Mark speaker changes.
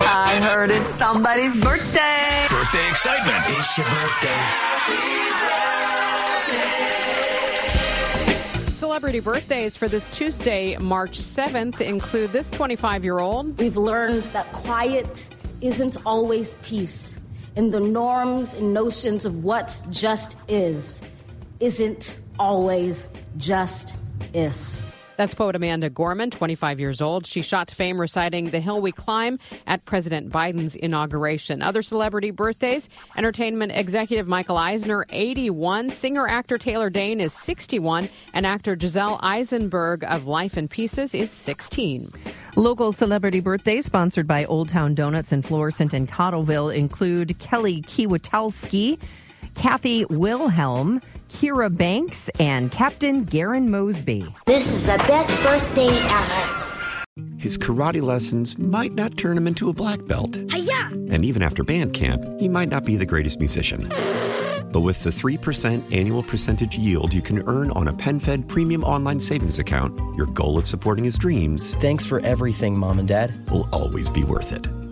Speaker 1: I heard it's somebody's birthday.
Speaker 2: Birthday excitement. It's your birthday.
Speaker 3: Celebrity birthdays for this Tuesday, March 7th, include this 25 year old.
Speaker 4: We've learned that quiet isn't always peace, and the norms and notions of what just is isn't always just is.
Speaker 3: That's poet Amanda Gorman, 25 years old. She shot to fame reciting The Hill We Climb at President Biden's inauguration. Other celebrity birthdays entertainment executive Michael Eisner, 81. Singer actor Taylor Dane is 61. And actor Giselle Eisenberg of Life in Pieces is 16.
Speaker 5: Local celebrity birthdays sponsored by Old Town Donuts in Florissant and Cottleville include Kelly Kiwatowski, Kathy Wilhelm, Kira Banks, and Captain Garen Mosby.
Speaker 6: This is the best birthday ever.
Speaker 7: His karate lessons might not turn him into a black belt.
Speaker 6: Hiya!
Speaker 7: And even after band camp, he might not be the greatest musician. But with the 3% annual percentage yield you can earn on a PenFed premium online savings account, your goal of supporting his dreams
Speaker 8: Thanks for everything, Mom and Dad.
Speaker 7: will always be worth it.